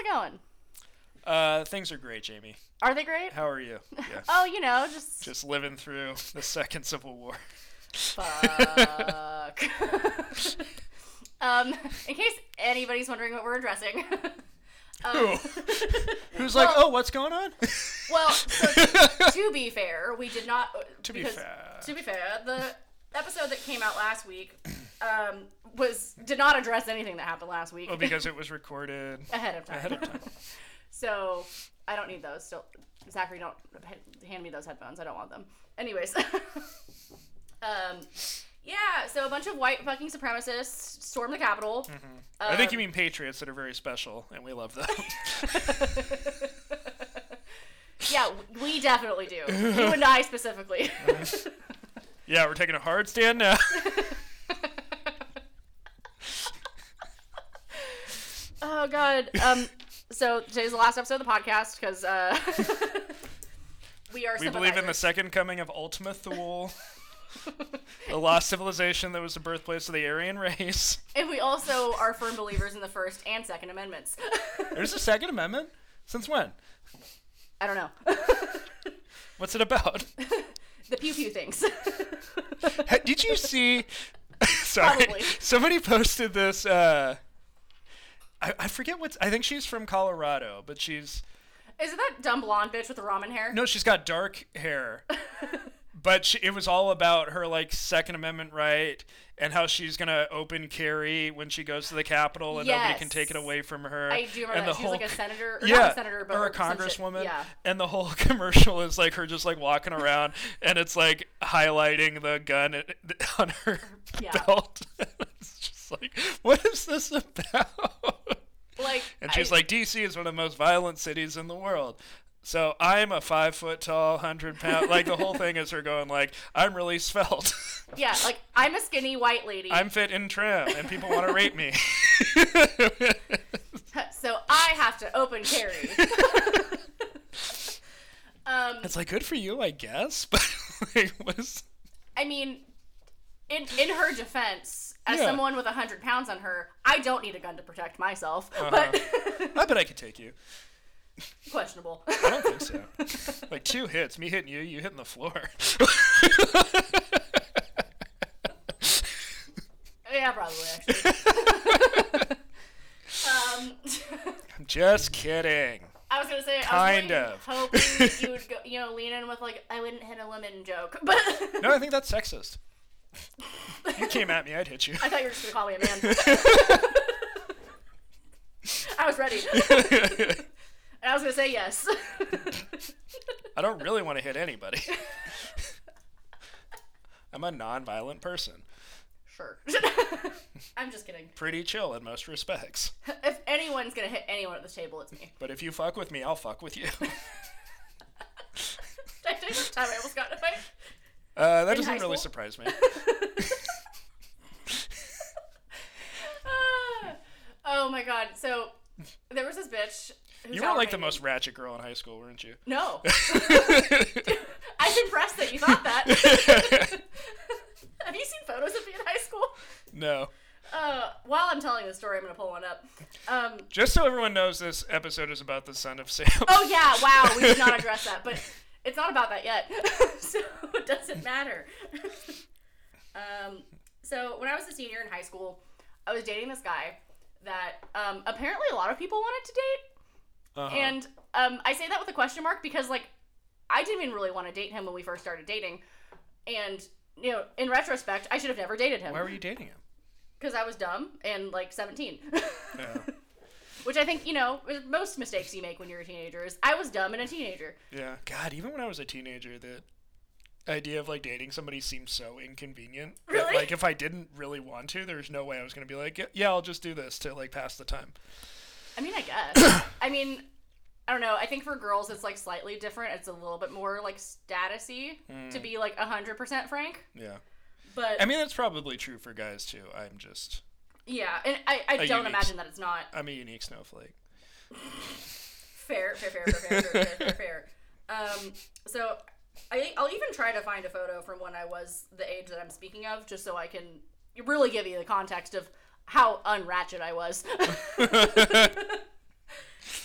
it going? Uh, things are great, Jamie. Are they great? How are you? Yeah. Oh, you know, just, Just living through the second Civil War. fuck. um, in case anybody's wondering what we're addressing. um, Who's like, Well- oh, what's going on? well, so to be fair, we did not. uh, To be because- fair. To be fair, the episode that came out last week um, was did not address anything that happened last week well, Oh, because it was recorded ahead of time. ahead of time. So I don't need those. Still, Zachary, don't h- hand me those headphones. I don't want them. Anyways, um, yeah. So a bunch of white fucking supremacists stormed the Capitol. Mm-hmm. I think you Um, mean patriots that are very special, and we love them. yeah, w- we definitely do. You and I specifically. yeah, we're taking a hard stand now. oh god. Um. So today's the last episode of the podcast because uh, we are. we believe in the sympathizers. second coming of Ultima Thule, the lost civilization that was the birthplace of the Aryan race. and we also are firm believers in the First and Second Amendments. There's a Second Amendment? Since when? I don't know. What's it about? The pew pew things. Ha- Did you see? sorry, Probably. somebody posted this. Uh, I, I forget what's. I think she's from Colorado, but she's Is it that dumb blonde bitch with the ramen hair? no, she's got dark hair. but she, it was all about her like Second Amendment right and how she's gonna open carry when she goes to the Capitol and nobody can take it Yes. away from her. I do remember and that. the She was like whole a senator, or yeah, not a senator, but or a some shit. congresswoman. Yeah. And the whole commercial is like her just like walking around, and it's like highlighting the gun at- on her Yeah. belt. it's just like, what is this about? Like, And she's like, DC is one of the most violent cities in the world. So I'm a five foot tall, hundred pound. Like the whole thing is her going like, I'm really svelte. yeah, like I'm a skinny white lady, I'm fit and trim, and people want to rape me. so I have to open carry. um, It's like good for you, I guess, but like, what is? I mean, in in her defense, as Yeah. someone with hundred pounds on her, I don't need a gun to protect myself, Uh-huh. but I bet I could take you. questionable. I don't think so. like two hits, me hitting you, you hitting the floor. yeah, probably actually. um. I'm just kidding. I was gonna say, Kind I was of. really hoping you would go, you know, lean in with like I wouldn't hit a woman joke, but No, I think that's sexist. You came at me, I'd hit you. I thought you were just gonna call me a man. I was ready, and I was gonna say yes. I don't really want to hit anybody. I'm a non-violent person. sure. I'm just kidding. Pretty chill in most respects. If anyone's gonna hit anyone at this table, it's me. But if you fuck with me, I'll fuck with you. Did I tell you what time I almost got in a fight? Uh, that In high doesn't school? really surprise me. Ah. oh my god! So there was this bitch. who's You were like the outrageous. most ratchet girl in high school, weren't you? No. I was impressed that you thought that. Have you seen photos of me in high school? No. Uh, while I'm telling the story, I'm gonna pull one up. Um, Just so everyone knows, this episode is about the son of Sam. oh yeah, wow, we did not address that, but it's not about that yet, so it doesn't matter. um, so when I was a senior in high school, I was dating this guy that um, apparently a lot of people wanted to date. Uh-huh. And um, I say that with a question mark because, like, I didn't even really want to date him when we first started dating. And, you know, in retrospect, I should have never dated him. Why were you dating him? Because I was dumb and, like, 17. Yeah. Which I think, you know, is most mistakes you make when you're a teenager is I was dumb and a teenager. Yeah. God, even when I was a teenager, the idea of like dating somebody seemed so inconvenient. that, Really? like if I didn't really want to, there's no way I was gonna be like, "Yeah, yeah, I'll just do this to like pass the time. I mean, I guess. I mean, I don't know. I think for girls, it's, like, slightly different. It's a little bit more, like, statusy, to be, like, 100% frank. Yeah. But, Hmm. I mean, that's probably true for guys too. I'm just, yeah. And I, I don't unique- imagine that it's not. I'm a unique snowflake. Fair, fair, fair, fair, fair, fair, fair, fair. Um, so I, I'll even try to find a photo from when I was the age that I'm speaking of, just so I can really give you the context of how unratchet I was. Really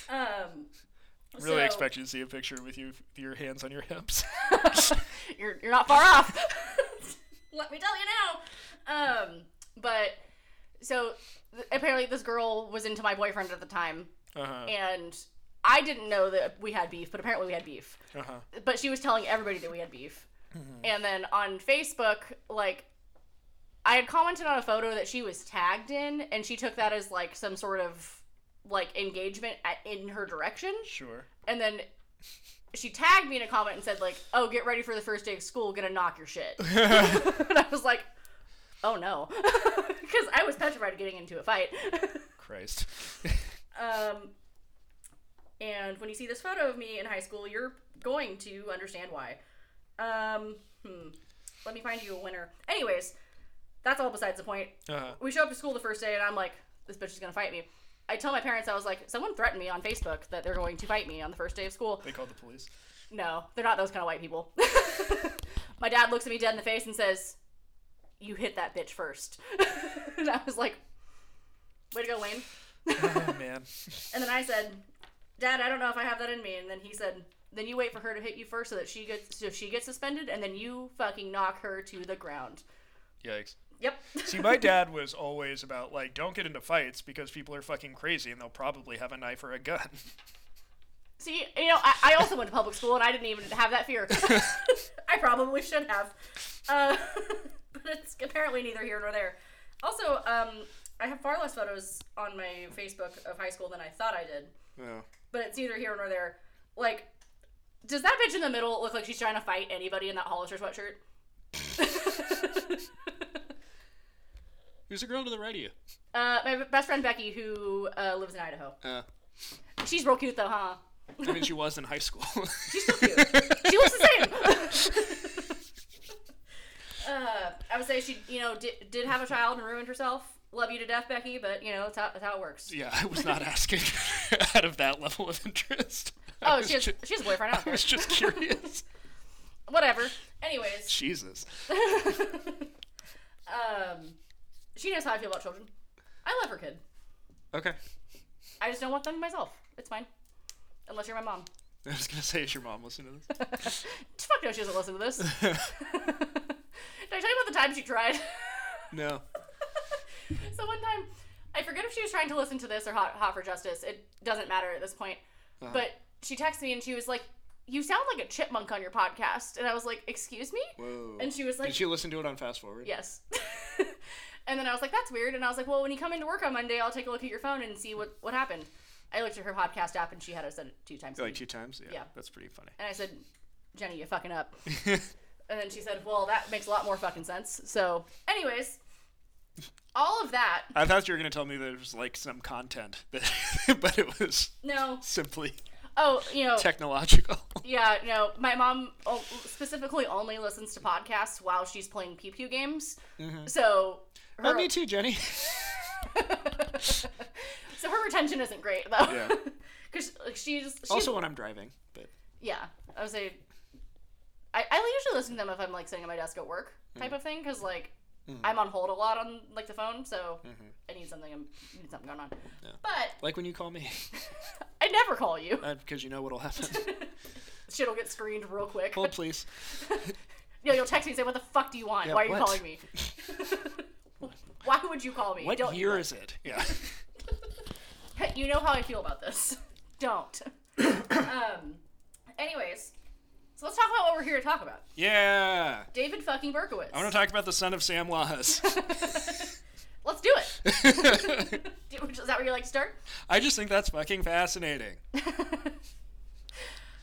Um, So- expect you to see a picture with you with your hands on your hips. you're, you're not far off. Let me tell you now. Um, but so th- apparently this girl was into my boyfriend at the time, Uh-huh. and I didn't know that we had beef, but apparently we had beef. Uh-huh. But she was telling everybody that we had beef. And then on Facebook, like, I had commented on a photo that she was tagged in, and she took that as like some sort of like engagement at, in her direction Sure. and then she tagged me in a comment and said like, "Oh, get ready for the first day of school. Gonna knock your shit." and I was like, "Oh no," because I was petrified of getting into a fight. Christ. um, and when you see this photo of me in high school, you're going to understand why. Um, hmm. Let me find you a winner. Anyways, that's all besides the point Uh-huh. we show up to school the first day and I'm like, this bitch is gonna fight me. I tell my parents I was like, someone threatened me on Facebook that they're going to fight me on the first day of school. They called the police. No, they're not those kind of white people. my dad looks at me dead in the face and says, "You hit that bitch first. and I was like, "Way to go, Wayne." oh man. And then I said, "Dad, I don't know if I have that in me." And then he said, "Then you wait for her to hit you first so that she gets so she gets suspended, and then you fucking knock her to the ground." Yikes. Yep. See, my dad was always about like, don't get into fights because people are fucking crazy and they'll probably have a knife or a gun. See, you know, I, I also went to public school and I didn't even have that fear. I probably should have. Uh, but it's apparently neither here nor there. Also, um, I have far less photos on my Facebook of high school than I thought I did, No. but it's neither here nor there. Like, does that bitch in the middle look like she's trying to fight anybody in that Hollister sweatshirt? Who's the girl to the right of you? uh, my best friend Becky, who uh, lives in Idaho. Uh, She's real cute though, huh? I mean, she was in high school. She's still cute. she looks the same. uh, I would say she, you know, did, did have a child and ruined herself. Love you to death, Becky, but you know that's how, that's how it works. yeah, I was not asking out of that level of interest. I Oh, was she has, ju- she has a boyfriend. I don't I care. was just curious. Whatever. Anyways, Jesus. um, she knows how I feel about children. I love her kid. Okay. I just don't want them myself. It's fine, unless you're my mom. I was gonna say, is your mom listening to this? Fuck no, she doesn't listen to this. Did I tell you about the time she tried? No. So one time, I forget if she was trying to listen to this or Hot, Hot for Justice. It doesn't matter at this point. But she texted me and she was like, "You sound like a chipmunk on your podcast," and I was like, "Excuse me?" Whoa. And she was like, Did she listen to it on fast forward? "Yes." and then I was like, "That's weird." And I was like, "Well, when you come into work on Monday, I'll take a look at your phone and see what what happened." I looked at her podcast app and she had us at two times. Like speed. two times. Yeah. Yeah. That's pretty funny. And I said, Jenny, you fucking up. and then she said, Well, that makes a lot more fucking sense. So, anyways, all of that. I thought you were gonna tell me there was like some content, that, but it was No. simply Oh, you know. technological. Yeah, no. My mom o- specifically only listens to podcasts while she's playing pew pew games. So, her, Oh, me too, Jenny. so her retention isn't great though. Yeah. Because she's, she's also when I'm driving, but yeah. I would say I, I usually listen to them if I'm like sitting at my desk at work Mm-hmm. type of thing because like I'm on hold a lot on like the phone, so I need something. I need something going on. Mm-hmm. Yeah. But like when you call me, I never call you. because uh, you know what'll happen. Shit'll get screened real quick. Hold, please. No, you'll text me and say, "What the fuck do you want? Yeah, Why are you what? calling me? Why would you call me? What Don't year is it? Yeah. you know how I feel about this. Don't. um. Anyways, so let's talk about what we're here to talk about. Yeah. David fucking Berkowitz. I want to talk about the son of Sam Lahas. Let's do it. Do- Is that where you like to start? I just think that's fucking fascinating.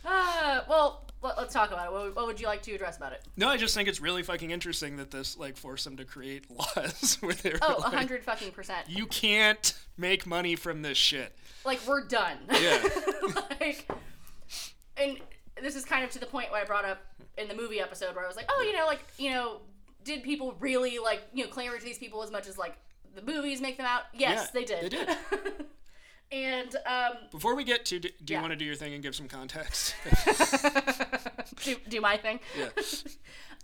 Uh, well, let, us talk about it. What, what would you like to address about it? No, I just think it's really fucking interesting that this like forced them to create laws where they're Oh, a like, hundred fucking percent. you can't make money from this shit. Like we're done. Yeah. like, and this is kind of to the point where I brought up in the movie episode where I was like, oh, you know, like you know, did people really like you know clamor to these people as much as like the movies make them out? Yes, Yeah, they did. they did. and um, Before we get to, do, do Yeah. you want to do your thing and give some context? do, do my thing. yeah.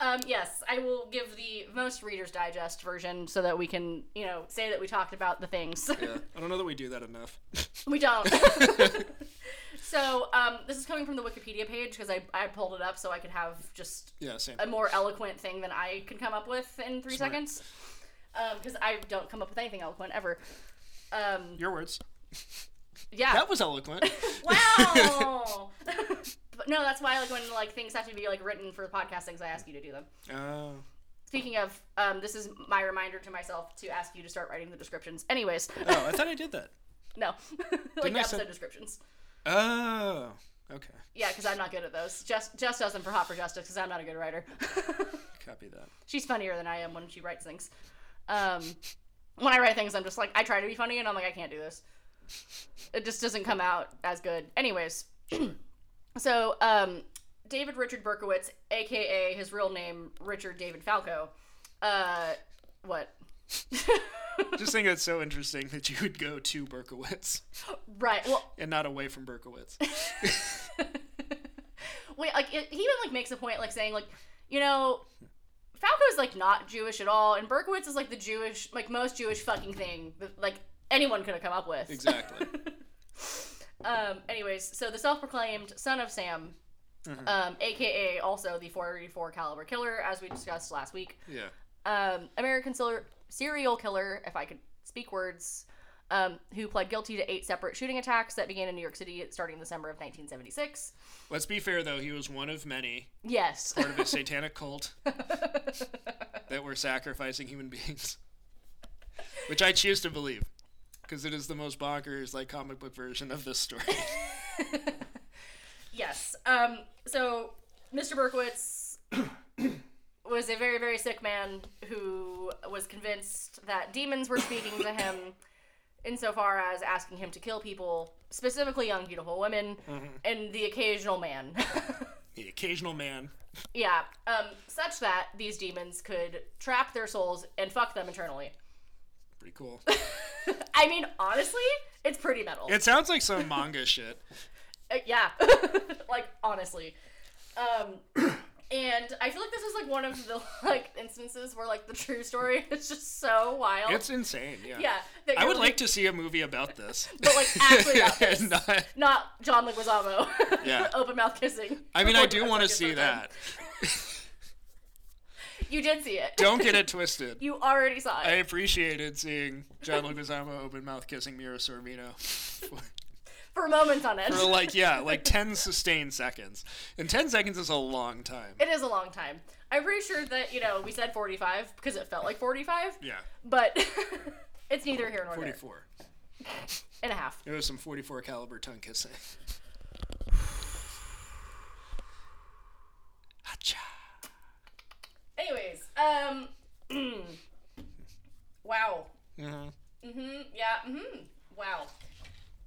Um, yes, I will give the most Reader's Digest version so that we can, you know, say that we talked about the things. yeah. I don't know that we do that enough. we don't. So um, this is coming from the Wikipedia page because I, I pulled it up so I could have just Yeah, same. a more eloquent thing than I can come up with in three Smart. seconds. Because I don't come up with anything eloquent ever. Um, Your words. yeah. That was eloquent. wow. but no, that's why like when like things have to be like written for the podcast things, I ask you to do them. Oh. Speaking of, um, this is my reminder to myself to ask you to start writing the descriptions. Anyways, Oh, I thought I did that. no, like Didn't the I episode send- descriptions. Oh. Okay. Yeah, because I'm not good at those. Just just doesn't for Hot for Justice because I'm not a good writer. Copy that. She's funnier than I am when she writes things. Um, when I write things, I'm just like I try to be funny, and I'm like I can't do this. It just doesn't come out as good. Anyways, so um, David Richard Berkowitz, aka his real name Richard David Falco, uh, what? Just think it's so interesting that you would go to Berkowitz Right. Well, and not away from Berkowitz. wait, like it, he even like makes a point like saying like you know Falco's like not Jewish at all, and Berkowitz is like the Jewish like most Jewish fucking thing that like anyone could have come up with. Exactly. Um. Anyways, so the self-proclaimed son of Sam, um, aka also the 484 caliber killer, as we discussed last week, Yeah. um, American ser- serial killer, if I could speak words, um, who pled guilty to eight separate shooting attacks that began in New York City starting December of 1976. Let's be fair though, he was one of many Yes. part of a satanic cult that were sacrificing human beings, which I choose to believe because it is the most bonkers like comic book version of this story. Yes. Um, so Mr. Berkowitz was a very, very sick man who was convinced that demons were speaking to him insofar as asking him to kill people, specifically young, beautiful women, and the occasional man. the occasional man. yeah. Um, such that these demons could trap their souls and fuck them eternally. Pretty cool. I mean, honestly, it's pretty metal. It sounds like some manga shit. Uh, yeah like honestly um and i feel like this is like one of the like instances where like the true story is just so wild It's insane. Yeah. yeah that I you're would like to see a movie about this. but like actually about this. Not- not john leguizamo Yeah. open mouth kissing I mean, I do want Fucking to see so that. dumb. you did see it Don't get it twisted. you already saw I it appreciated seeing John Leguizamo open mouth kissing Mira Sorvino for for moments on end like yeah, like ten sustained seconds, and ten seconds is a long time. it is a long time i'm pretty sure that you know we said 45 because it felt like 45 Yeah, but it's neither here nor there forty-four. and a half There was some forty-four caliber tongue kissing. Hacha. Anyways, um, wow. Mhm. Mhm. Yeah. Mhm. Wow.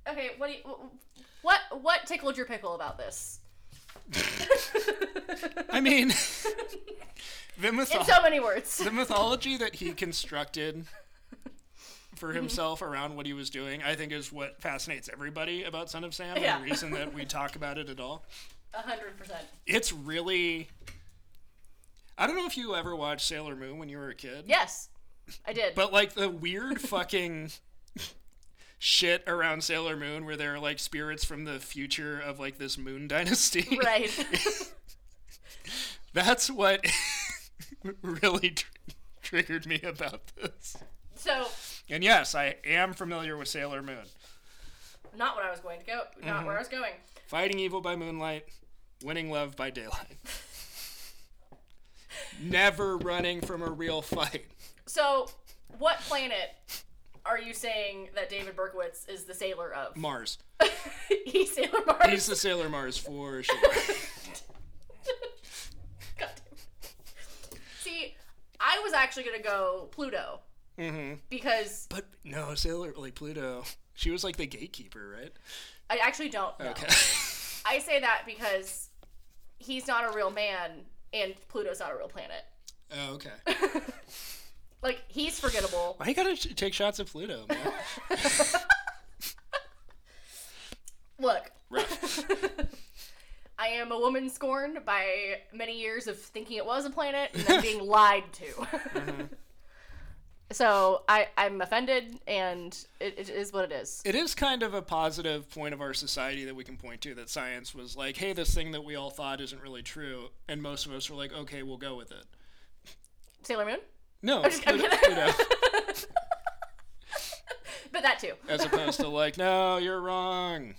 Okay. What do you, wh- what what tickled your pickle about this? I mean, the, mytho- In so many words. the mythology that he constructed for Mm-hmm. himself around what he was doing, I think, is what fascinates everybody about Son of Sam. Yeah. And the reason that we talk about it at all. A hundred percent. it's really I don't know if you ever watched Sailor Moon when you were a kid. Yes, I did. But like the weird fucking shit around Sailor Moon where there are like spirits from the future of like this moon dynasty. right. That's what really tr- triggered me about this. so, And yes, I am familiar with Sailor Moon. not what I was going to go. Not Mm-hmm. where I was going. Fighting evil by moonlight, winning love by daylight. Never running from a real fight. So, what planet are you saying that David Berkowitz is the sailor of? Mars. He's Sailor Mars. He's the Sailor Mars for sure. God damn. See, I was actually gonna go Pluto. Because But no, Sailor like Pluto. She was like the gatekeeper, right? I actually don't know. Okay. I say that because he's not a real man and Pluto's not a real planet. oh, okay. Like he's forgettable. Why you gotta sh- take shots at Pluto, man? Look, Rough. I am a woman scorned by many years of thinking it was a planet and then being lied to. So I, I'm offended, and it, it is what it is. It is kind of a positive point of our society that we can point to that science was like, hey, this thing that we all thought isn't really true, and most of us were like, okay, we'll go with it. Sailor Moon, No, I'm just- I'm Pluto- kidding. Pluto. but that too. as opposed to like, no, you're wrong.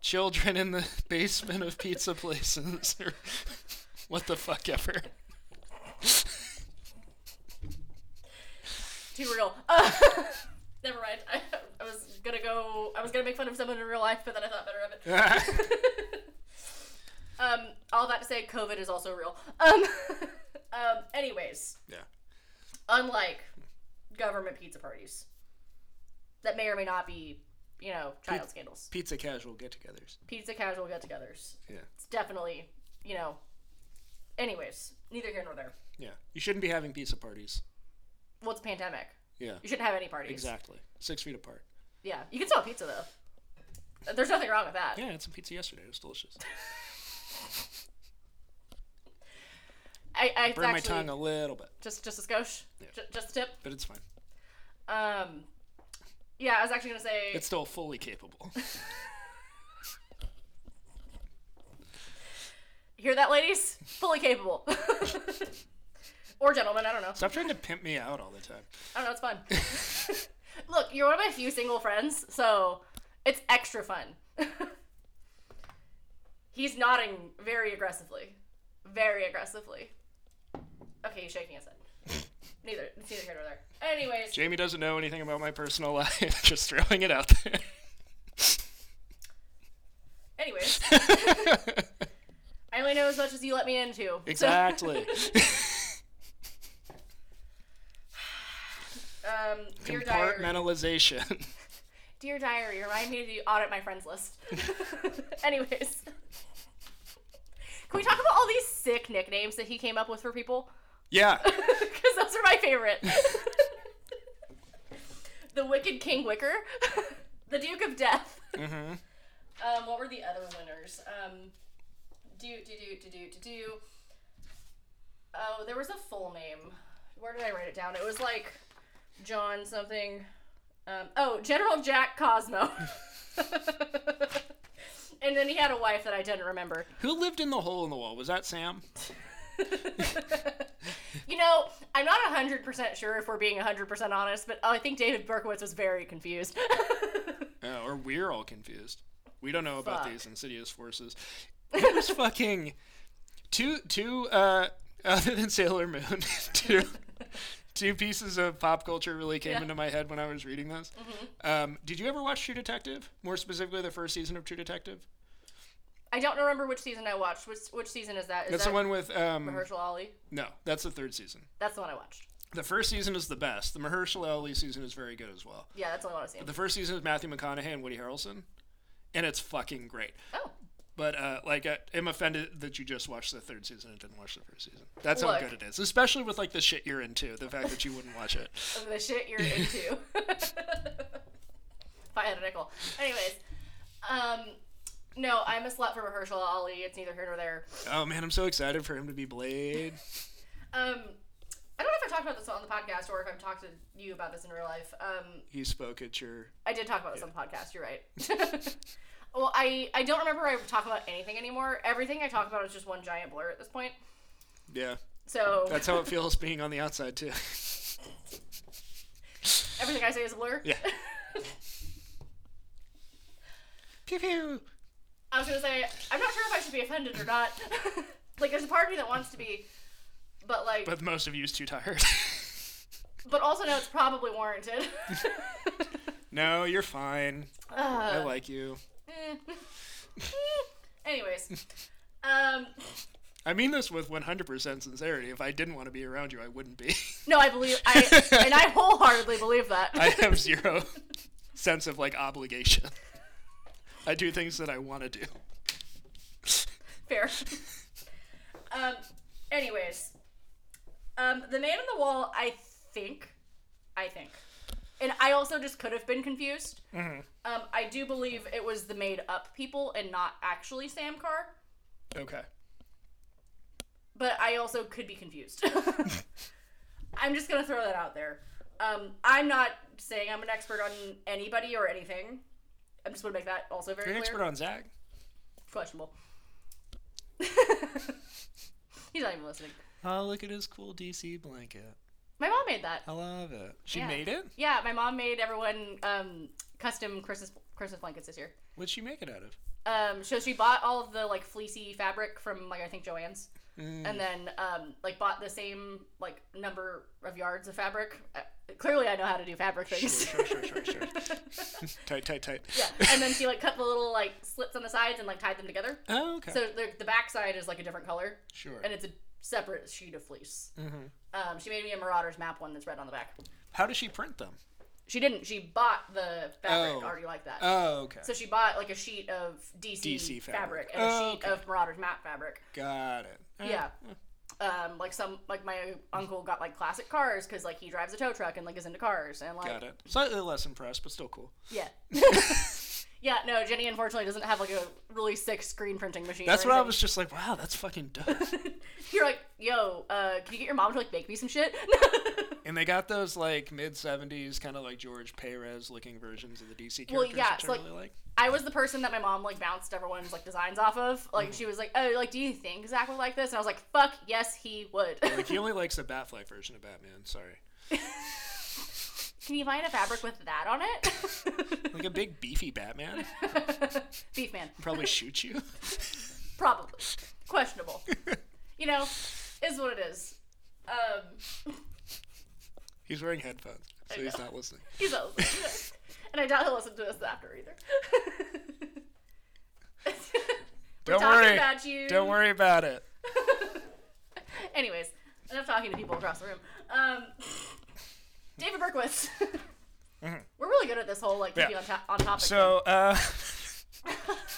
Children in the basement of pizza places, or what the fuck ever. Too real. Uh, never mind. I, I was gonna go. I was gonna make fun of someone in real life, but then I thought better of it. Um, all that to say, COVID is also real. Um, um, anyways, yeah. unlike government pizza parties that may or may not be, you know, child Pizza- scandals, Pizza casual get-togethers. pizza casual get-togethers. Yeah. It's definitely, you know. Anyways, neither here nor there. Yeah. You shouldn't be having pizza parties. Well, it's a pandemic. Yeah. You shouldn't have any parties. Exactly. Six feet apart. Yeah, you can still have pizza though. There's nothing wrong with that. Yeah, I had some pizza yesterday. It was delicious. I, I it's Burned my actually- tongue a little bit, just just a skosh, Ju- just a tip. but it's fine. Um, yeah, I was actually gonna say It's still fully capable. Hear that, ladies? Fully capable. or gentlemen, I don't know. Stop trying to pimp me out all the time. I don't know, it's fun. Look, you're one of my few single friends, so it's extra fun. He's nodding very aggressively. Very aggressively. Okay, he's shaking his head. Neither, it's neither here nor there. Anyways, Jamie doesn't know anything about my personal life. Just throwing it out there. anyways, I only know as much as you let me into. so- exactly. um, dear diary. Compartmentalization. Dear diary, remind me to audit my friends list. Anyways, can we talk about all these sick nicknames that he came up with for people? yeah. Because those are my favorite. the Wicked King Wicker, the Duke of Death. Mhm. Um, what were the other winners? Um, do do do do do do do. Oh, there was a full name. Where did I write it down? It was like John something. Um, oh, General Jack Cosmo. and then he had a wife that I didn't remember. Who lived in the hole in the wall? Was that Sam? You know, I'm not 100% sure if we're being 100% honest, but I think David Berkowitz was very confused. Uh, or we're all confused. We don't know about Fuck. these insidious forces. It was fucking two two uh other than Sailor Moon, two two pieces of pop culture really came Yeah. Mm-hmm. into my head when I was reading this. Um, did you ever watch True Detective? More specifically, the first season of True Detective. I don't remember which season I watched. Which which season is that? Is That's that the one with um. Herschel Ollie? No, that's the third season. That's the one I watched. The first season is the best. The Mahershala Ali season is very good as well. Yeah, that's the only one I've seen. The first season is Matthew McConaughey and Woody Harrelson, and it's fucking great. Oh, But uh, like, I, I'm offended that you just watched the third season and didn't watch the first season. That's how Look. good it is, especially with like the shit you're into. The fact that you wouldn't watch it. the shit you're into. if I had a nickel. Anyways, um, no, I'm a slut for Herschel Ollie. It's neither here nor there. Oh man, I'm so excited for him to be Blade. Um, I don't know if I talked about this on the podcast or if I've talked to you about this in real life. Um, He spoke at your. I did talk about this on the podcast. You're right. well, I I don't remember I talk about anything anymore. Everything I talk about is just one giant blur at this point. Yeah, So that's how it feels being on the outside too. everything I say is a blur. Yeah. pew pew. I was gonna say I'm not sure if I should be offended or not. like, there's a part of me that wants to be, but like, but, But most of you's too tired. also no, it's probably warranted. no, you're fine. I uh, like you. eh. Anyways, um, I mean this with 100% sincerity. If I didn't want to be around you, I wouldn't be. no, I believe I and I wholeheartedly believe that. I have zero sense of like obligation. I do things that I want to do. Fair. um. Anyways, um, the man on the wall. I think, I think, and I also just could have been confused. Mm-hmm. Um, I do believe it was the made up people and not actually Sam Carr, Okay. but I also could be confused. I'm just gonna throw that out there. Um, I'm not saying I'm an expert on anybody or anything. I'm just gonna make that also very You're an clear. expert on Zach. Questionable. He's not even listening. Oh, look at his cool DC blanket. My mom made that. I love it. She Yeah. made it? Yeah, my mom made everyone um, custom Christmas Christmas blankets this year. What'd she make it out of? Um, so she bought all of the like fleecy fabric from like I think Joann's, Mm. and then um, like bought the same like number of yards of fabric. Uh, clearly, I know how to do fabric things. Sure, sure, sure, sure. tight, tight, tight. yeah, and then she like cut the little like slits on the sides and like tied them together. Oh, okay. So the, the back side is like a different color, sure. Mm-hmm. and it's a separate sheet of fleece. Um, she made me a Marauders map one that's red on the back. How does she print them? She didn't. She bought the Oh. fabric already like that. Oh, okay. So she bought like a sheet of DC, DC fabric. fabric. and a Oh, sheet okay. of Marauders map fabric. Got it. Uh, Yeah. Um, like some like my uncle got like classic cars because like he drives a tow truck and like is into cars and like Got it. Slightly less impressed, but still cool. yeah. Yeah, no, Jenny unfortunately doesn't have like a really sick screen printing machine. That's or what I anything. was just like, wow, that's fucking dope. You're like, yo, uh, can you get your mom to like make me some shit? and they got those like mid 70s kind of like George Perez looking versions of the DC characters, Well, yeah, which so, I like- really like. I was the person that my mom like bounced everyone's like designs off of. Like Mm-hmm. she was like, oh, like do you think Zach would like this? And I was like, fuck, yes, he would. Like he only likes the Batfly version of Batman. Sorry, can you find a fabric with that on it? like a big beefy Batman Beef man. probably shoot you. Probably. Questionable. you know, is what it is. Um, He's wearing headphones, so he's not listening. he's not listening to this. And I doubt he'll listen to this after either. We're Don't talking worry. about you. Don't worry about it. Anyways, enough talking to people across the room. Um, David Berkowitz. We're really good at this whole like Mm-hmm. Yeah. keeping on, to- on topic. So, uh,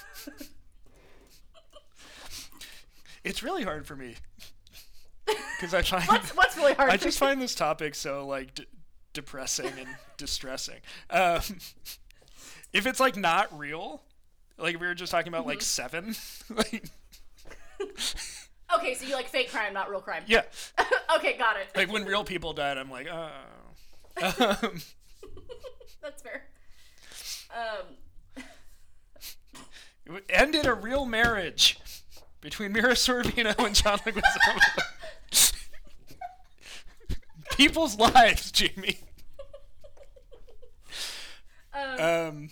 It's really hard for me because I find thing. what's what's really hard? I for just you? find this topic so like d- depressing and distressing. Um, if it's like not real, like we were just talking about, like Mm-hmm. seven, like okay, so you like fake crime, not real crime. yeah, okay, got it. like when real people died, I'm like, oh. Um, That's fair. Um, it ended a real marriage between Mira Sorvino and John Leguizamo. People's lives, Jamie. um, Um,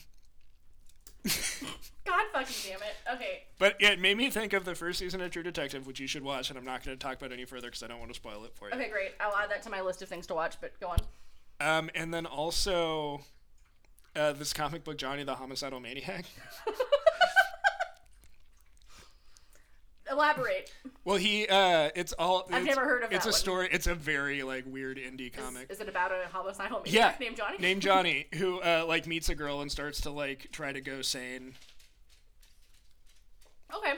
God fucking damn it. Okay. But it made me think of the first season of True Detective, which you should watch, and I'm not going to talk about any further because I don't want to spoil it for you. Okay, great. I'll add that to my list of things to watch, but go on. Um, and then also uh, this comic book, Johnny the Homicidal Maniac. Elaborate. Well, he uh, it's all. I've never heard of It's that a one. story. It's a very like weird indie comic. Is it about a homicidal maniac yeah, named Johnny? Named Johnny, who uh, like meets a girl and starts to like try to go sane. okay.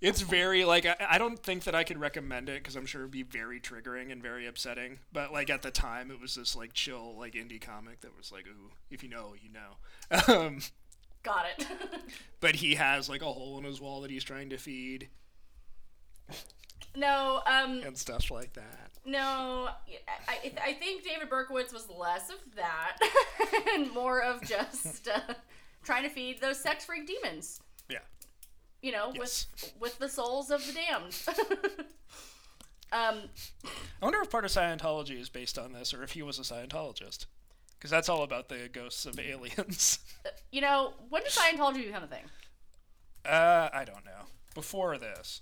It's very like I, I don't think that I could recommend it because I'm sure it'd be very triggering and very upsetting. But like at the time, it was this like chill like indie comic that was like, ooh, if you know, you know. Um, Got it. but he has like a hole in his wall that he's trying to feed no, um, and stuff like that. no. I, I, I think David Berkowitz was less of that and more of just uh, trying to feed those sex freak demons. Yeah. You know, Yes. with with the souls of the damned. um, I wonder if part of Scientology is based on this, or if he was a Scientologist, because that's all about the ghosts of aliens. you know, when did Scientology become a thing? Uh, I don't know. Before this,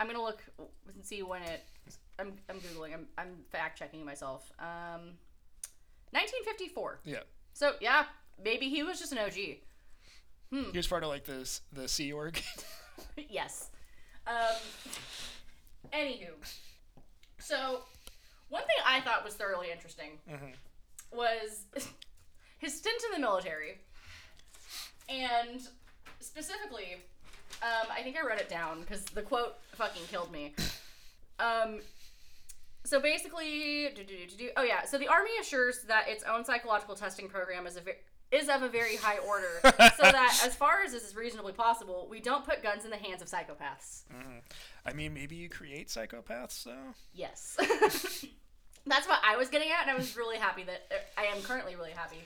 I'm gonna look and see when it. I'm, I'm googling. I'm, I'm fact checking myself. Um, 1954. yeah, So yeah, maybe he was just an OG. he was part of like this the Sea Org. yes. Um, anywho, so one thing I thought was thoroughly interesting was his stint in the military, and specifically, um, I think I wrote it down because the quote fucking killed me. Um, so basically, do, do, do, do, do- oh yeah, so the army assures that its own psychological testing program is a ve- is of a very high order, so that as far as this is reasonably possible, we don't put guns in the hands of psychopaths. I mean, maybe you create psychopaths, though. Yes. That's what I was getting at, and I was really happy that er, I am currently really happy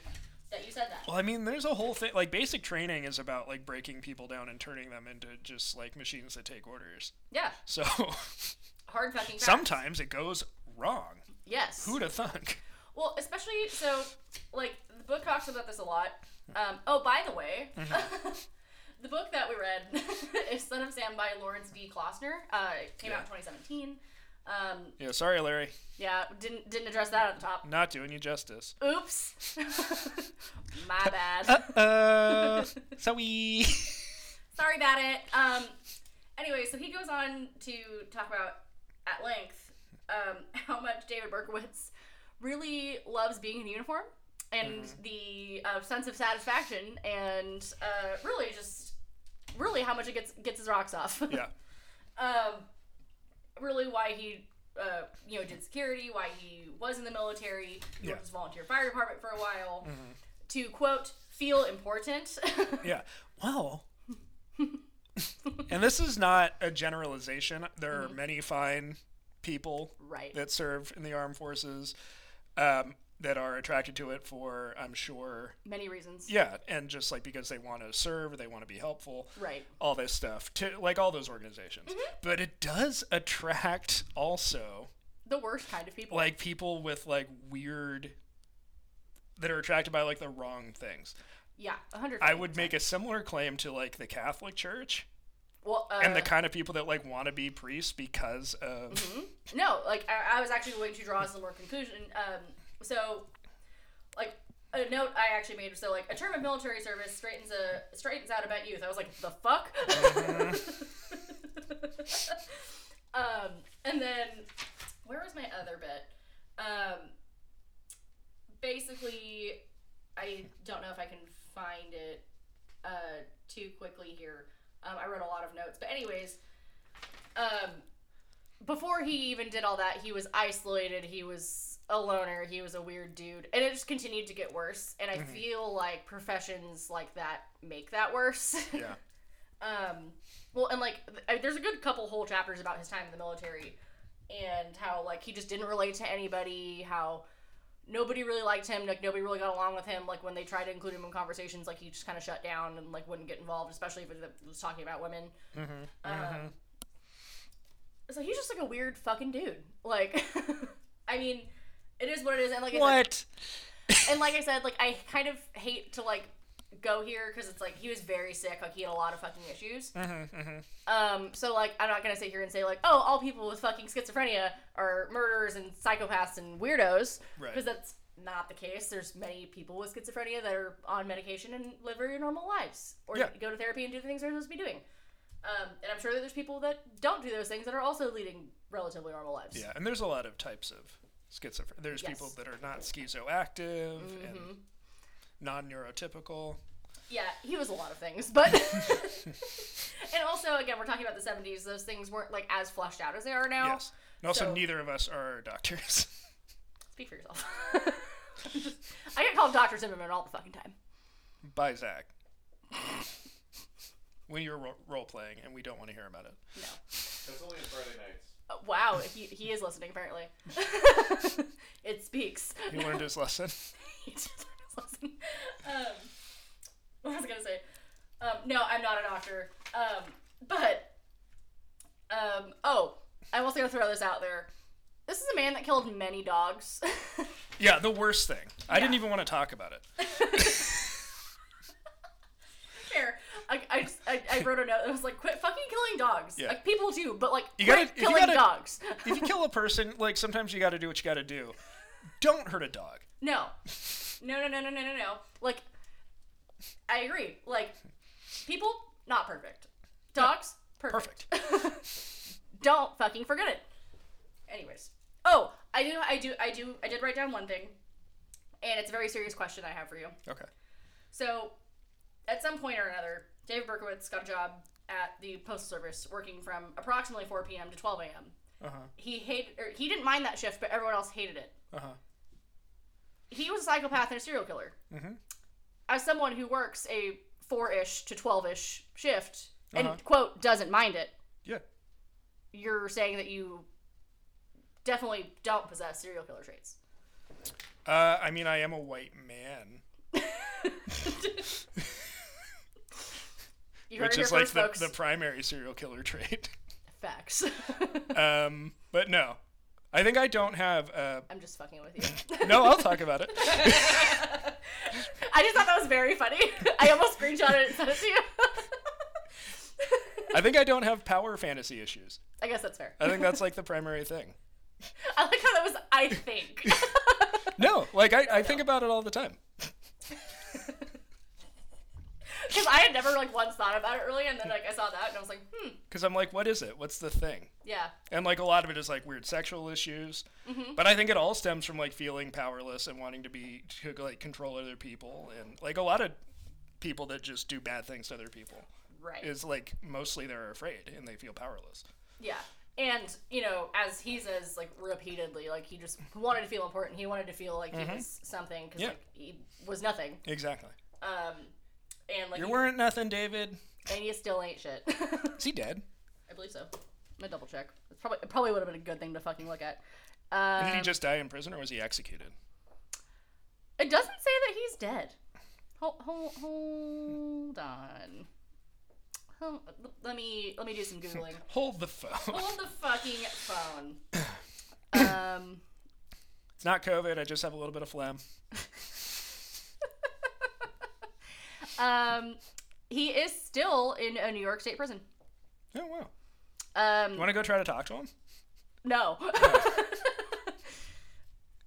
that you said that. Well, I mean, there's a whole thing. Like, basic training is about like breaking people down and turning them into just like machines that take orders. Yeah, So hard fucking. Facts. sometimes it goes wrong. Yes. Who'da thunk? Well, especially so, like the book talks about this a lot. Um, oh, by the way, the book that we read is *Son of Sam* by Lawrence D. Klossner. Uh, it came out in 2017. Um, Yeah, sorry, Larry. yeah, didn't didn't address that on top. Not doing you justice. Oops, my bad. Uh, sorry. Sorry about it. Um, anyway, so he goes on to talk about at length um, how much David Berkowitz really loves being in uniform and Mm-hmm. the uh, sense of satisfaction and uh, really just really how much it gets gets his rocks off. yeah. um, really why he uh, you know did security, why he was in the military, he Yeah. Mm-hmm. worked as a volunteer fire department for a while to quote feel important. Yeah. Well. and this is not a generalization. There are many fine people right. that serve in the armed forces um, that are attracted to it for, I'm sure, Many reasons. yeah, and just like because they want to serve, they want to be helpful, Right. all this stuff to like all those organizations. Mm-hmm. But it does attract also The worst kind of people. like people with like weird that are attracted by like the wrong things. Yeah, a hundred. I would make a similar claim to like the Catholic Church well, uh, Mm-hmm. and the kind of people that like want to be priests because of no, like I, I was actually going to draw a similar conclusion. Um, so, like a note I actually made. So, like a term of military service straightens a straightens out about youth. I was like, the fuck. Mm-hmm. um, and then where was my other bit? Um, basically, I don't know if I can find it uh, too quickly here. Um, I wrote a lot of notes, but anyways, um, before he even did all that, he was isolated. He was a loner. He was a weird dude, and it just continued to get worse. And I feel like professions like that make that worse. yeah. um, well, and like th- I- there's a good couple whole chapters about his time in the military, and how like he just didn't relate to anybody. How nobody really liked him. Like nobody really got along with him. Like when they tried to include him in conversations, like he just kind of shut down and like wouldn't get involved, especially if it was talking about women. Um, so he's just like a weird fucking dude. Like, I mean, it is what it is, and like I said, What? and like I said, like I kind of hate to like go here because it's like he was very sick. Like he had a lot of fucking issues. Mm-hmm, Um, so like I'm not gonna sit here and say like, oh, all people with fucking schizophrenia are murderers and psychopaths and weirdos, Right. Because that's not the case. There's many people with schizophrenia that are on medication and live very normal lives, or Yeah. go to therapy and do the things they're supposed to be doing. Um, and I'm sure that there's people that don't do those things that are also leading relatively normal lives. Yeah, and there's a lot of types of schizophrenia. There's Yes. Mm-hmm. people that are not schizoactive and non-neurotypical. Yeah, he was a lot of things, but and also again, we're talking about the '70s. Those things weren't like as fleshed out as they are now. Yes. And also, So- neither of us are doctors. Speak for yourself. I get called Doctor Zimmerman all the fucking time. By Zach. when you're ro- role playing, and we don't want to hear about it. No, That's only on Friday nights. Uh, wow, he, he is listening apparently. it speaks. He learned his lesson. He just learned his lesson. um, what was I gonna say? Um, no, I'm not a doctor. Um, but um, oh, I'm also gonna throw this out there. This is a man that killed many dogs. Yeah, the worst thing. I didn't Yeah. even want to talk about it. Fair. I, I, just- I, I wrote a note that was like, quit fucking killing dogs. Yeah. Like, people do, but like, You gotta- quit if you killing gotta- dogs. If you kill a person, like sometimes you got to do what you got to do. Don't hurt a dog. no. No, no, no, no, no, no, no. Like, I agree. Like, people, not perfect. Dogs, perfect. Don't fucking forget it. Anyways. Oh, I do, I do, I do, I did write down one thing, and it's a very serious question I have for you. Okay. So, at some point or another, David Berkowitz got a job at the Postal Service working from approximately 4 p.m. to 12 a.m. Uh huh. He hated, or he didn't mind that shift, but everyone else hated it. Uh huh. He was a psychopath and a serial killer. Mm-hmm. As someone who works a four-ish to 12-ish shift and Uh-huh. quote doesn't mind it, Yeah. you're saying that you definitely don't possess serial killer traits. Uh, I mean, I am a white man, You heard which it here is like first, the, folks. the primary serial killer trait. Facts. Um, but no, I think I don't have. Uh, I'm just fucking with you. no, I'll talk about it. I just thought that was very funny. I almost screenshotted it and sent it to you. I think I don't have power fantasy issues. I guess that's fair. I think that's like the primary thing. I like how that was I think. No, like I, I think about it all the time. Because I had never like once thought about it really, and then like I saw that and I was like, hmm, Because I'm like, what is it? What's the thing? yeah, And like a lot of it is like weird sexual issues. But I think it all stems from like feeling powerless and wanting to be, to like control other people. And like a lot of people that just do bad things to other people right. is like mostly they're afraid and they feel powerless. Yeah. And, you know, as he says, like, repeatedly, like, he just wanted to feel important. He wanted to feel like he was something because, Mm-hmm. Yeah. like, he was nothing. Exactly. Um, and, like, You he- weren't nothing, David. and he still ain't shit. Is he dead? I believe so. I'm gonna double check. It's probably, it probably would have been a good thing to fucking look at. Did Um, he just die in prison or was he executed? it doesn't say that he's dead. Hold, hold, hold on. Hold, let me let me do some googling. Hold the phone. Hold the fucking phone. Um, It's not COVID. I just have a little bit of phlegm. um, he is still in a New York State prison. Oh wow. Um, You want to go try to talk to him? no.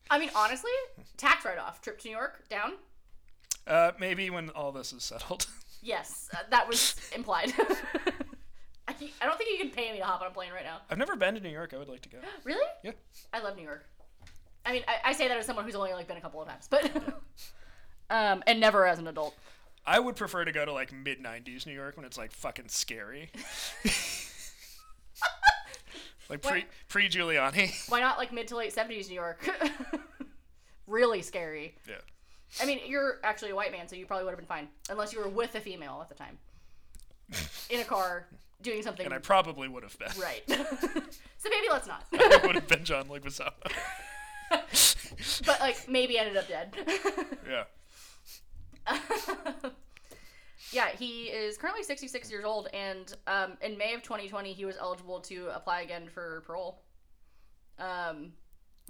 I mean, honestly, tax write-off, trip to New York, down. Uh, maybe when all this is settled. Yes, uh, that was implied. I, think- I don't think you can pay me to hop on a plane right now. I've never been to New York. I would like to go. Really? Yeah. I love New York. I mean, I, I say that as someone who's only like been a couple of times, but um, and never as an adult. I would prefer to go to like mid '90s New York when it's like fucking scary. like pre pre Giuliani. Why not like mid to late seventies New York? really scary. Yeah. I mean, you're actually a white man, so you probably would have been fine, unless you were with a female at the time, in a car doing something And I probably would have been. Mm. right. so maybe let's not. I would have been John Leguizamo. but like maybe ended up dead. yeah. yeah, he is currently 66 years old, and um, in May of 2020, he was eligible to apply again for parole. Um,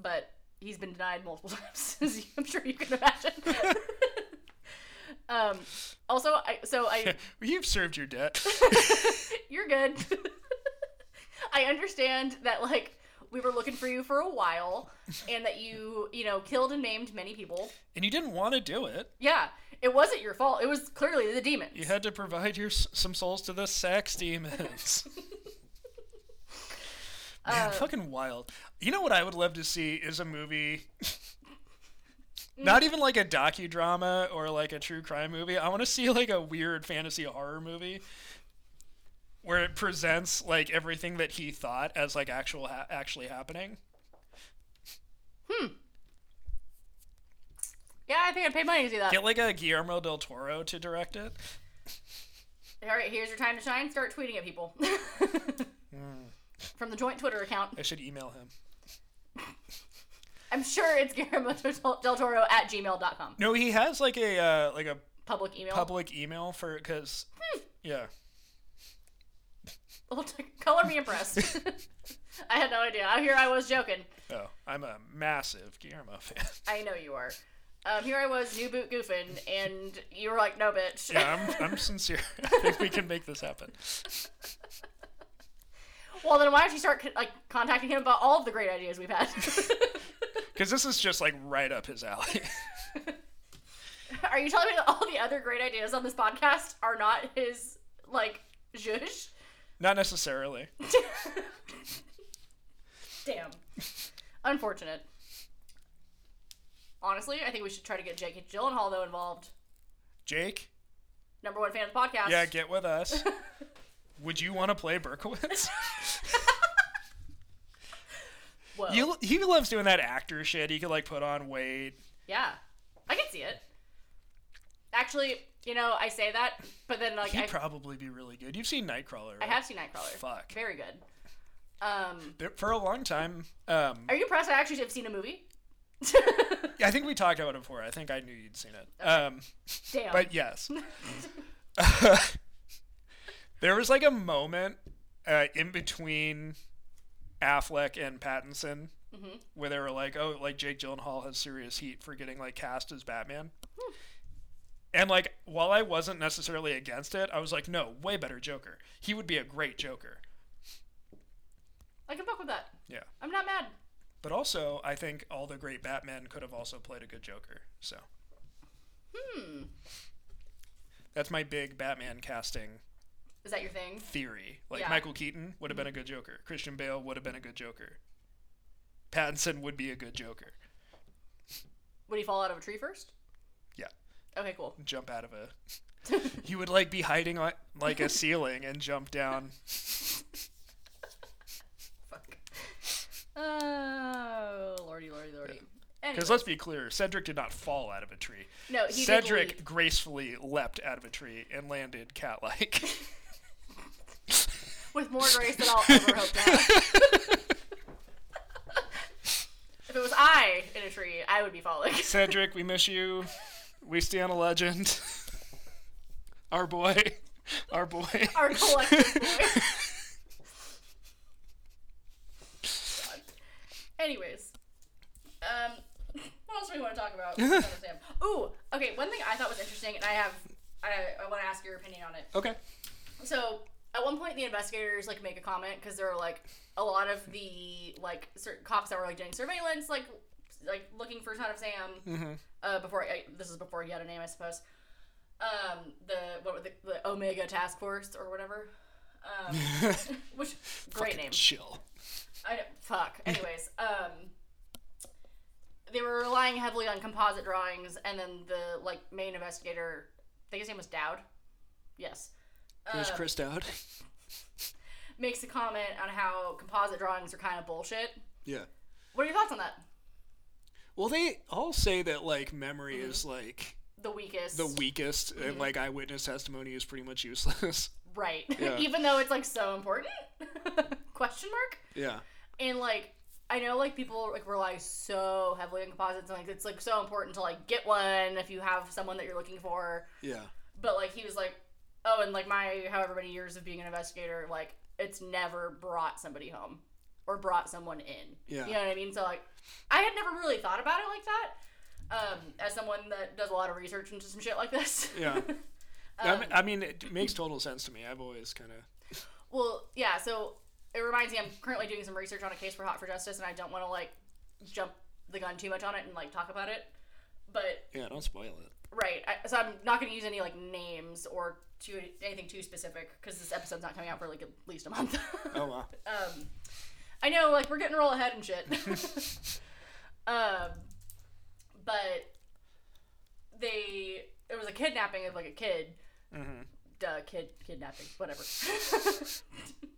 but he's been denied multiple times, as you- I'm sure you can imagine. um, also, I, so I You've served your debt. you're good. I understand that like we were looking for you for a while and that you, you know, killed and maimed many people. and you didn't want to do it. Yeah, it wasn't your fault. It was clearly the demons. You had to provide your s- some souls to the sex demons. Man, Uh, fucking wild. You know what I would love to see is a movie. Not even like a docudrama or like a true crime movie. I want to see like a weird fantasy horror movie where it presents like everything that he thought as like actual ha- actually happening. Yeah, I think I paid money to do that. Get like a Guillermo del Toro to direct it. All right, here's your time to shine. Start tweeting at people. From the joint Twitter account. I should email him. I'm sure it's Guillermo del Toro at gmail.com. No, he has like a uh, like a Public email. public email for because yeah. Color me impressed. I had no idea. Out here I was joking. Oh, I'm a massive Guillermo fan. I know you are. Um, here I was, new boot goofing, and you were like, no, bitch. Yeah, I'm, I'm sincere. I think we can make this happen. well, then why don't you start like contacting him about all of the great ideas we've had? Because this is just like right up his alley. are you telling me that all the other great ideas on this podcast are not his like zhuzh? Not necessarily. Damn. Unfortunate. Honestly, I think we should try to get Jake Gyllenhaal though involved. Jake, Number one fan of the podcast. yeah, get with us. Would you want to play Berkowitz? Whoa. You, he loves doing that actor shit. He could like put on weight. Yeah, I can see it. Actually, you know, I say that, but then like He'd I, probably be really good. You've seen Nightcrawler, right? I have seen Nightcrawler. Fuck. Very good. Um, There- For a long time, um, are you impressed? I actually have seen a movie. I think we talked about it before. I think I knew you'd seen it. Um, Damn. but yes, there was like a moment uh, in between Affleck and Pattinson where they were like, "Oh, like Jake Gyllenhaal has serious heat for getting like cast as Batman." And like, while I wasn't necessarily against it, I was like, "No, way better Joker. He would be a great Joker." I can fuck with that. Yeah. I'm not mad. But also, I think all the great Batman could have also played a good Joker. So. Hmm. That's my big Batman casting Is that your thing? theory. Like Yeah. Michael Keaton would have been a good Joker. Christian Bale would have been a good Joker. Pattinson would be a good Joker. Would he fall out of a tree first? Yeah. Okay, cool. Jump out of a. he would like be hiding on like a ceiling and jump down. Fuck. Oh, lordy, lordy, lordy. Because Anyway, let's be clear, Cedric did not fall out of a tree. no, he Cedric Did leap. gracefully leapt out of a tree and landed cat-like. with more grace than I'll ever hope to have. if it was I in a tree, I would be falling. Cedric, we miss you. We stand a legend. Our boy. Our boy. Our collective boy. God. Anyways, um, what else do we want to talk about? I don't understand. Ooh, okay. One thing I thought was interesting, and I have, I, I want to ask your opinion on it. Okay. So at one point, the investigators like make a comment because there are like a lot of the like certain cops that were like doing surveillance, like like looking for Son of Sam. Uh, before I, this is before he had a name, I suppose. Um, the what were the, the Omega Task Force or whatever. Um, which great name. Chill. I don't- fuck. Anyways, um, they were relying heavily on composite drawings, and then the like main investigator, I think his name was Dowd. Yes. Uh, There's Chris Dowd. makes a comment on how composite drawings are kind of bullshit. Yeah. What are your thoughts on that? Well, they all say that, like, memory is, like, The weakest. the weakest, and, like, eyewitness testimony is pretty much useless. Right. Yeah. Even though it's like so important? Question mark? yeah. And like I know like people like rely so heavily on composites and like it's like so important to like get one if you have someone that you're looking for. Yeah. But like he was like, Oh, and like my however many years of being an investigator, like it's never brought somebody home. Or brought someone in. Yeah. You know what I mean? So like I had never really thought about it like that. Um, as someone that does a lot of research into some shit like this. Um, Yeah. I, mean, I mean, it makes total sense to me. I've always kind of. Well, yeah, so it reminds me I'm currently doing some research on a case for Hot for Justice and I don't want to like jump the gun too much on it and like talk about it. But Yeah, don't spoil it. right, I, so I'm not going to use any like names or too, anything too specific because this episode's not coming out for like at least a month. Oh, wow. um, I know, like we're getting roll ahead and shit. um, but they it was a kidnapping of like a kid, duh, kid kidnapping, whatever.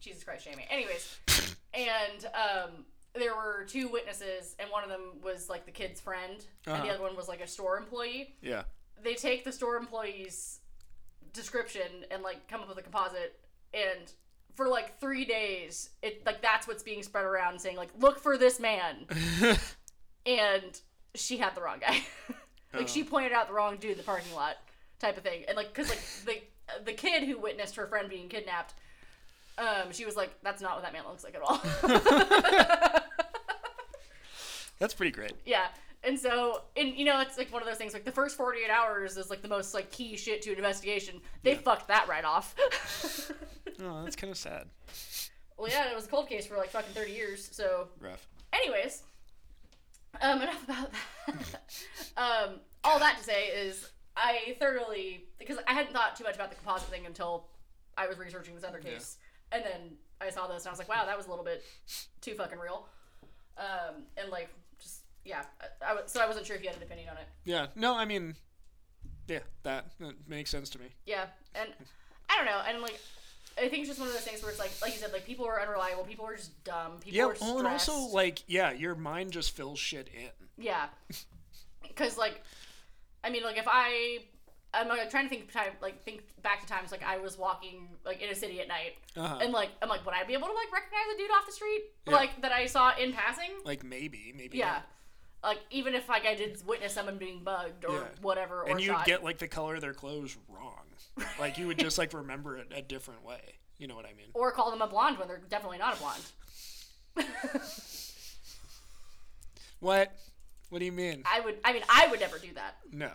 Jesus Christ, Jamie. Anyways, and um, there were two witnesses, and one of them was like the kid's friend, and the other one was like a store employee. Yeah. They take the store employee's description and like come up with a composite and for like three days it like that's what's being spread around saying like look for this man and she had the wrong guy like she pointed out the wrong dude in the parking lot type of thing and like because like the the kid who witnessed her friend being kidnapped um she was like that's not what that man looks like at all That's pretty great. Yeah. And so, and you know, it's like one of those things. Like the first forty-eight hours is like the most like key shit to an investigation. They fucked that right off. Oh, that's kind of sad. well, yeah, it was a cold case for like fucking thirty years. So, Rough. anyways, um, enough about that. um, all that to say is, I thoroughly because I hadn't thought too much about the composite thing until I was researching this other case, and then I saw this and I was like, wow, that was a little bit too fucking real. Um, and like just yeah, I, I, was- so I wasn't sure if you had an opinion on it. Yeah. No, I mean, yeah, that, that makes sense to me. Yeah, and I don't know, and like I think it's just one of those things where it's like, like you said, like people are unreliable, people are just dumb, people Yeah, are stressed. well, and also like, yeah, your mind just fills shit in. yeah, because like, I mean, like if I I'm like trying to think of time, like think back to times like I was walking like in a city at night, Uh-huh. and like I'm like, would I be able to like recognize a dude off the street Yeah. like that I saw in passing? Like maybe, maybe. Yeah. not. Like even if like I did witness someone being bugged or Yeah. whatever, or And you'd shot. get like the color of their clothes wrong. Like you would just like remember it a different way. You know what I mean? or call them a blonde when they're definitely not a blonde. What? What do you mean? I would. I mean, I would never do that. No.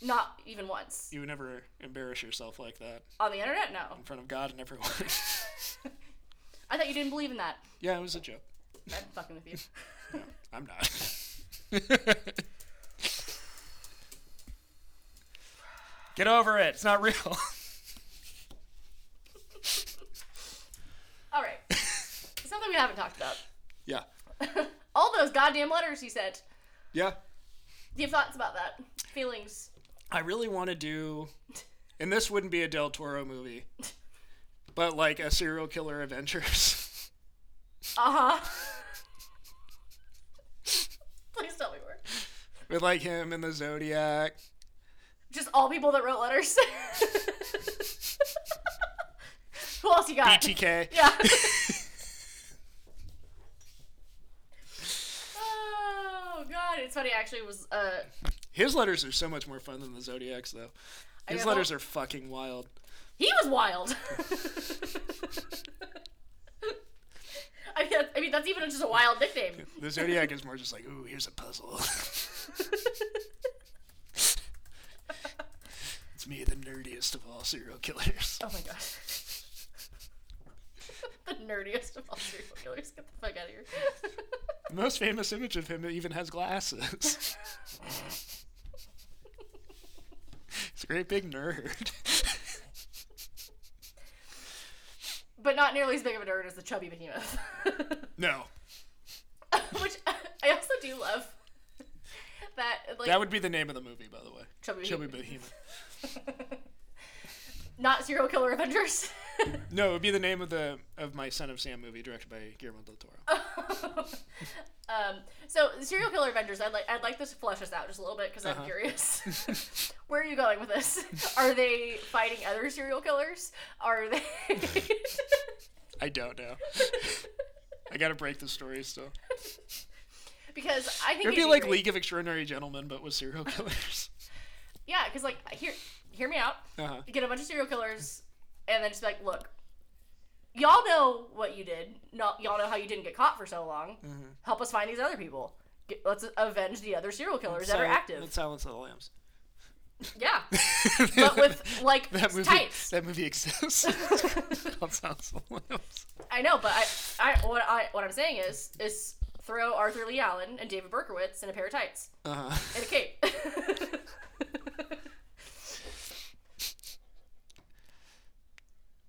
Not even once You would never embarrass yourself like that on the internet. No, in front of God and everyone. I thought you didn't believe in that. yeah, it was a joke. I'm fucking with you. No, I'm not. Get over it. It's not real. All right, something we haven't talked about. yeah. All those goddamn letters you sent. Yeah. Do you have thoughts about that? Feelings? I really want to do, and this wouldn't be a Del Toro movie, but like a serial killer adventures. Uh huh. Please tell me where. With like him and the Zodiac. Just all people that wrote letters. Who else you got? BTK. Yeah. oh god, it's funny. I Actually, was uh, His letters are so much more fun than the Zodiac's, though. I His got letters are fucking wild. he was wild. I mean, that's, I mean, that's even just a wild nickname. The Zodiac is more just like, ooh, here's a puzzle. it's me, the nerdiest of all serial killers. Oh my gosh. the nerdiest of all serial killers. Get the fuck out of here. The most famous image of him even has glasses. He's a great big nerd. but not nearly as big of a nerd as the chubby behemoth. No, Which I also do love. That like that would be the name of the movie, by the way. chubby, Chubby behemoth. Behemoth. Not serial killer Avengers. No, it would be the name of the of my Son of Sam movie directed by Guillermo del Toro. um, so serial killer Avengers. I'd like I'd like this to flesh this out just a little bit because I'm curious. Where are you going with this? Are they fighting other serial killers? Are they? I don't know. I gotta break the story still. because I think It'd be it'd like great- League of Extraordinary Gentlemen, but with serial killers. Yeah, because like hear hear me out. Uh-huh. You get a bunch of serial killers, and then just be like, look, y'all know what you did. No, y'all know how you didn't get caught for so long. Help us find these other people. Get, let's avenge the other serial killers that are Sil- active. Let's silence the lambs. Yeah, but with like that movie, types. that movie exists. It's called Silence of the Lambs. I know, but I, I what I what I'm saying is is throw Arthur Lee Allen and David Berkowitz in a pair of tights Uh-huh. and a cape.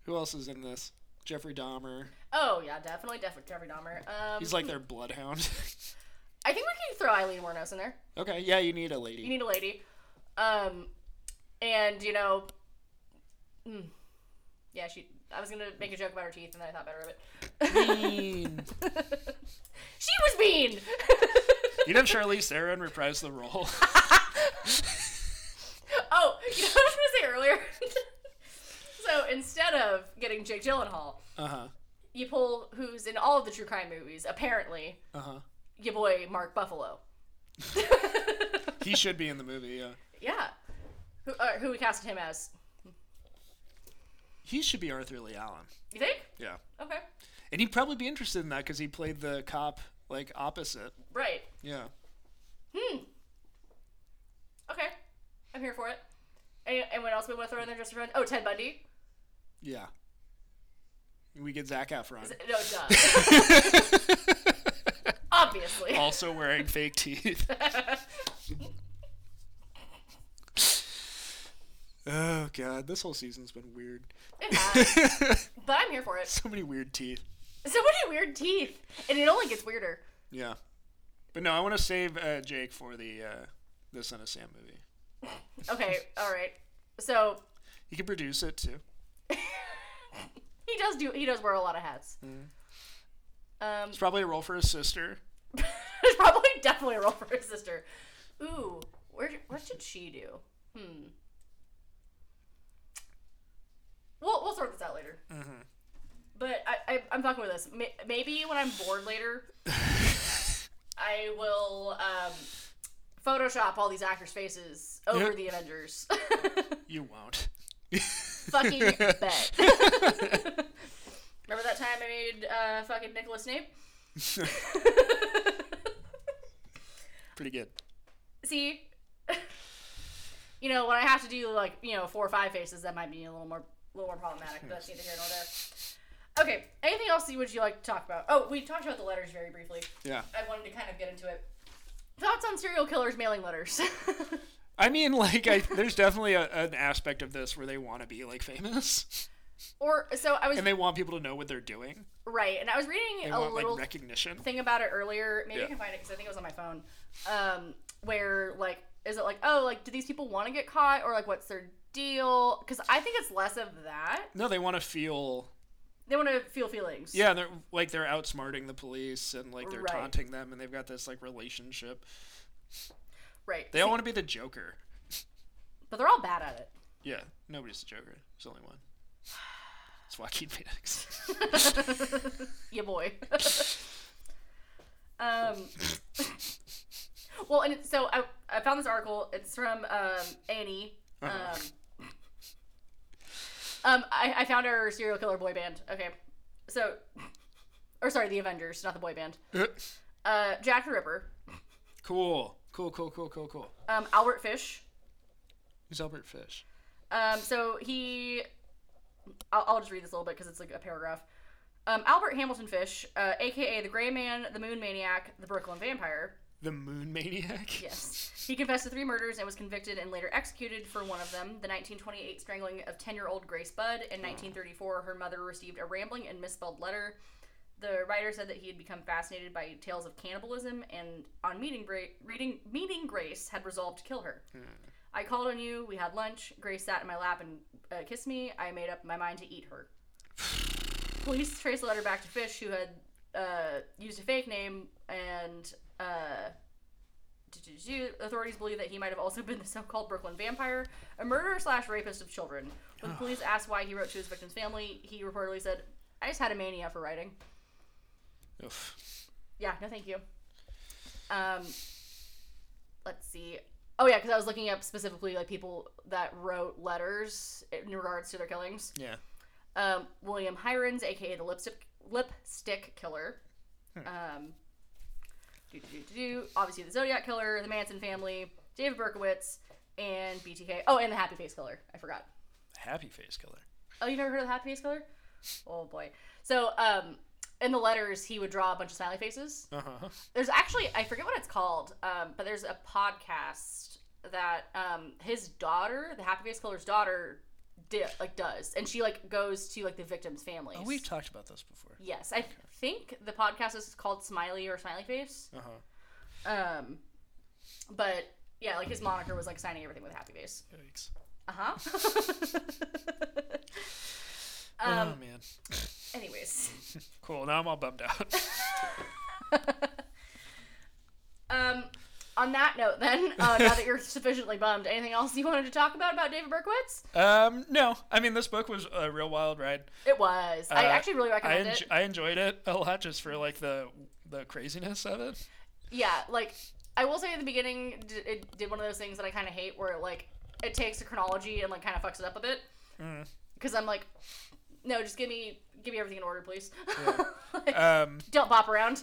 Who else is in this? Jeffrey Dahmer. oh yeah, definitely, definitely Jeffrey Dahmer. Um, He's like their bloodhound. I think we can throw Eileen Wuornos in there. okay, yeah, you need a you lady. need a lady um and you know mm, yeah she i was gonna make a joke about her teeth and then i thought better of it Mean. she was mean You'd have Charlize Theron reprise the role. oh you know what i was gonna say earlier so instead of getting jake gyllenhaal Uh-huh. you pull who's in all of the true crime movies apparently Uh-huh. your boy mark buffalo He should be in the movie, yeah. yeah who, uh, who we casted him as He should be Arthur Lee Allen. you think Yeah. okay And he'd probably be interested in that because he played the cop like opposite. right Yeah. okay i'm here for it Any, anyone else we want to throw in there just for fun oh ted bundy Yeah. We get Zach Efron. No, duh. Obviously. also wearing fake teeth. oh god, this whole season's been weird. It has. But I'm here for it. So many weird teeth. So many weird teeth. And it only gets weirder. Yeah. But no, I want to save uh, Jake for the uh, the Son of Sam movie. Okay, alright. So He could produce it too. he does do he does wear a lot of hats. Um It's probably a role for his sister. there's probably definitely a role for his sister. Ooh, where what should she do? Hmm. later. But I, I, I'm fucking with this. May- Maybe when I'm bored later, I will um, Photoshop all these actors' faces over Yeah. the Avengers. You won't. fucking bet. Remember that time I made uh, fucking Nicholas Snape? Pretty good. See, you know when I have to do like you know four or five faces, that might be a little more, a little more problematic. But that's neither here nor there. Okay, anything else you- would you like to talk about? Oh, we talked about the letters very briefly. Yeah. I wanted to kind of get into it. Thoughts on serial killers mailing letters? I mean, like, I, there's definitely a, an aspect of this where they want to be like famous, or so I was and they want people to know what they're doing. right, and I was reading They a want little like recognition. thing about it earlier. Maybe Yeah. I can find it because I think it was on my phone. Um, where like, is it like, oh, like, do these people want to get caught, or like, what's their deal? Because I think it's less of that. No, they want to feel. They want to feel feelings. Yeah, they're like they're outsmarting the police and like they're Right. taunting them, and they've got this like relationship. Right. They all want to be the Joker. but they're all bad at it. Yeah, nobody's the Joker. There's only one. It's Joaquin Phoenix. Yeah, boy. um. well, and it, so I, I found this article. It's from um, Annie. Um, um, I, I found our serial killer boy band. Okay, so, or sorry, the Avengers, not the boy band. Uh, Jack the Ripper, cool, cool, cool, cool, cool, cool. um, Albert Fish. Who's Albert Fish? Um, so he, I'll, I'll just read this a little bit because it's like a paragraph. Um, Albert Hamilton Fish, uh, aka the Gray Man, the Moon Maniac, the Brooklyn Vampire. The Moon Maniac. Yes. He confessed to three murders and was convicted and later executed for one of them the 1928 strangling of 10 year old Grace Budd. In 1934, her mother received a rambling and misspelled letter. The writer said that he had become fascinated by tales of cannibalism and, on meeting, Bra- reading, meeting Grace, had resolved to kill her. I called on you, we had lunch. Grace sat in my lap and uh, kissed me. I made up my mind to eat her. Police traced the letter back to Fish, who had uh, used a fake name and. Uh, do-do-do. Authorities believe that he might have also been the so-called Brooklyn vampire, a murderer slash rapist of children. When the police asked why he wrote to his victim's family, he reportedly said, "I just had a mania for writing." Oof. Yeah, no, thank you. Um, let's see. Oh yeah, because I was looking up specifically like people that wrote letters in regards to their killings. Yeah. Um, William Hirons, aka the lipstick lipstick killer. Um, do, do, do, do, do. Obviously, the Zodiac Killer, the Manson family, David Berkowitz, and BTK. Oh, and the Happy Face Killer. I forgot. Happy face killer. Oh, you've never heard of the Happy Face Killer? Oh boy. So, um, in the letters, he would draw a bunch of smiley faces. Uh huh. There's actually I forget what it's called, um, but there's a podcast that um, his daughter, the Happy Face Killer's daughter, di- like does, and she like goes to like the victims' families. Oh, we've talked about this before. Yes, I think the podcast is called Smiley or Smiley Face. Uh huh. Um, but yeah, like his moniker was like signing everything with Happy Face. Uh-huh. Yikes. Uh huh. oh man. Um, Anyways, Cool. Now I'm all bummed out. um, on that note, then uh, now that you're sufficiently bummed, anything else you wanted to talk about about David Berkowitz? Um, no, I mean this book was a real wild ride. It was. I Uh, actually really I recommend enj- it. I enjoyed it a lot just for like the the craziness of it. Yeah, like I will say at the beginning, d- it did one of those things that I kind of hate, where like it takes the chronology and like kind of fucks it up a bit. Mm. Because I'm like, no, just give me give me everything in order, please. Like, Um, don't bop around.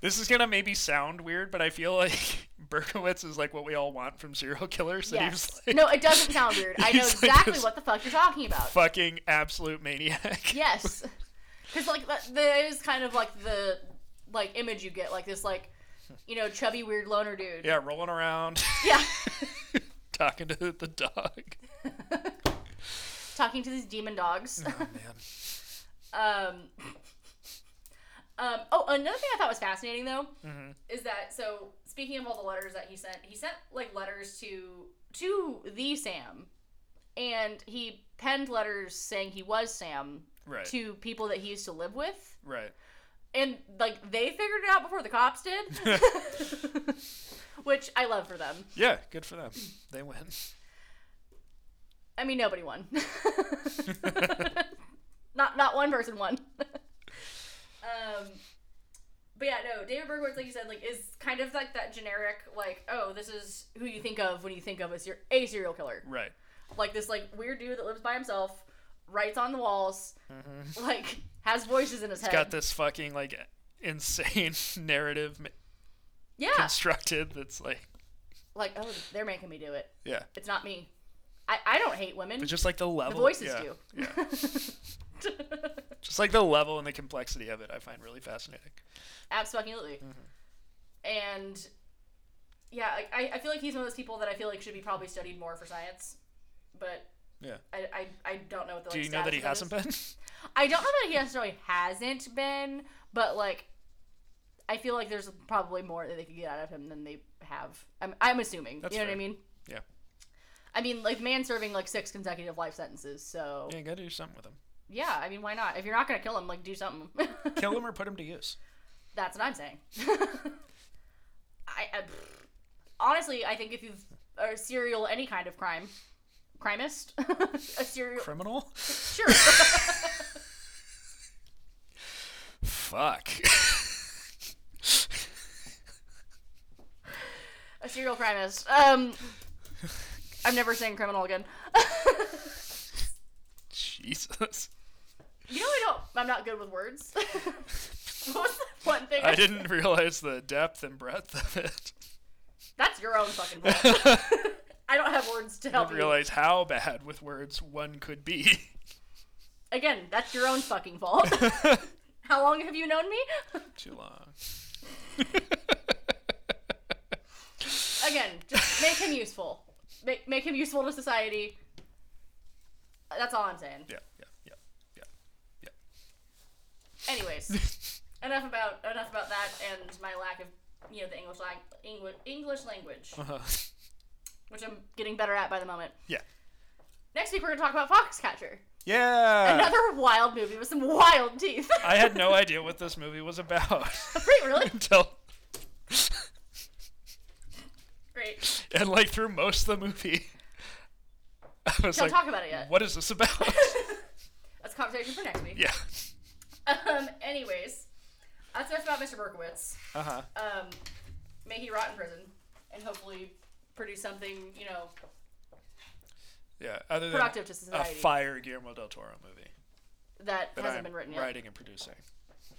this is gonna maybe sound weird, but I feel like Berkowitz is like what we all want from serial killers. That he was, yes. like, No, it doesn't sound weird. I know He's like exactly this- what the fuck you're talking about. fucking absolute maniac. Yes. Because like that, that is kind of like the like image you get, like this like you know chubby weird loner dude. Yeah, rolling around, yeah. talking to the dog. Talking to these demon dogs. Oh man. Um, um, oh, another thing I thought was fascinating though is that so speaking of all the letters that he sent, he sent like letters to to the Sam, and he penned letters saying he was Sam Right. to people that he used to live with, Right. and like they figured it out before the cops did, which I love for them. Yeah, good for them. They win. I mean, nobody won. Not not one person won. um, but yeah, no. David Berkowitz, like you said, like is kind of like that generic, like oh, this is who you think of when you think of as your a serial killer. Right. Like this like weird dude that lives by himself, writes on the walls, like has voices in his head. Mm-hmm. Got this fucking like insane narrative ma- yeah. constructed that's like Like oh, they're making me do it. yeah. It's not me. I I don't hate women. But just like the level the voices yeah, do. Yeah. Just like the level and the complexity of it I find really fascinating. Absolutely. Mm-hmm. And yeah, I- I, I feel like he's one of those people that I feel like should be probably studied more for science, but Yeah. I, I, I don't know what the Do like, you know that he status of hasn't been? is. I don't know that he necessarily hasn't been, but like I feel like there's probably more that they could get out of him than they have. I'm, I'm assuming. That's you know what I fair. mean? Yeah. I mean, like the man serving like six consecutive life sentences. So Yeah, you gotta do something with him. yeah, I mean, why not? If you're not gonna kill him, like do something. Kill him or put him to use. That's what I'm saying. I, I honestly, I think if you've are a serial any kind of crime, crimist, a serial Criminal? sure. Fuck. a serial crimist. Um, I'm never saying criminal again. Jesus. you know, I don't. I'm not good with words. what was the one thing? I didn't realize the depth and breadth of it. That's your own fucking fault. I don't have words to I help didn't you. realize how bad with words one could be. Again, that's your own fucking fault. How long have you known me? Too long. Again, just make him useful. Make, make him useful to society. That's all I'm saying. Yeah, yeah, yeah. Anyways, enough about enough about that and my lack of you know the English lang- English English language, Uh-huh. which I'm getting better at by the moment. Yeah. Next week we're gonna talk about Foxcatcher, Yeah. another wild movie with some wild teeth. Uh. I had no idea what this movie was about Great, really until great. and like through most of the movie. I was Don't like, talk about it yet. what is this about? That's a conversation for next week. yeah. Um. Anyways, that's enough about Mr. Berkowitz. Uh huh. um, may he rot in prison and hopefully produce something, you know, Yeah. Other than productive to Mm. a society fire Guillermo del Toro movie that that hasn't I'm been written yet. writing and producing.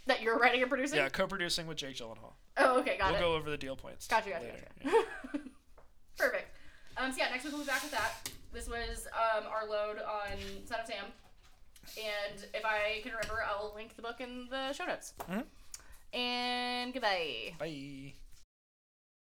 That you're writing and producing? Yeah, co-producing with Jake Gyllenhaal. Oh, okay, got We'll it. go over the deal points. Gotcha, gotcha, later. gotcha. Perfect. Um, so yeah, next week we'll be back with that. This was um, our load on Son of Sam. And if I can remember, I'll link the book in the show notes. Mhm. And goodbye. Bye.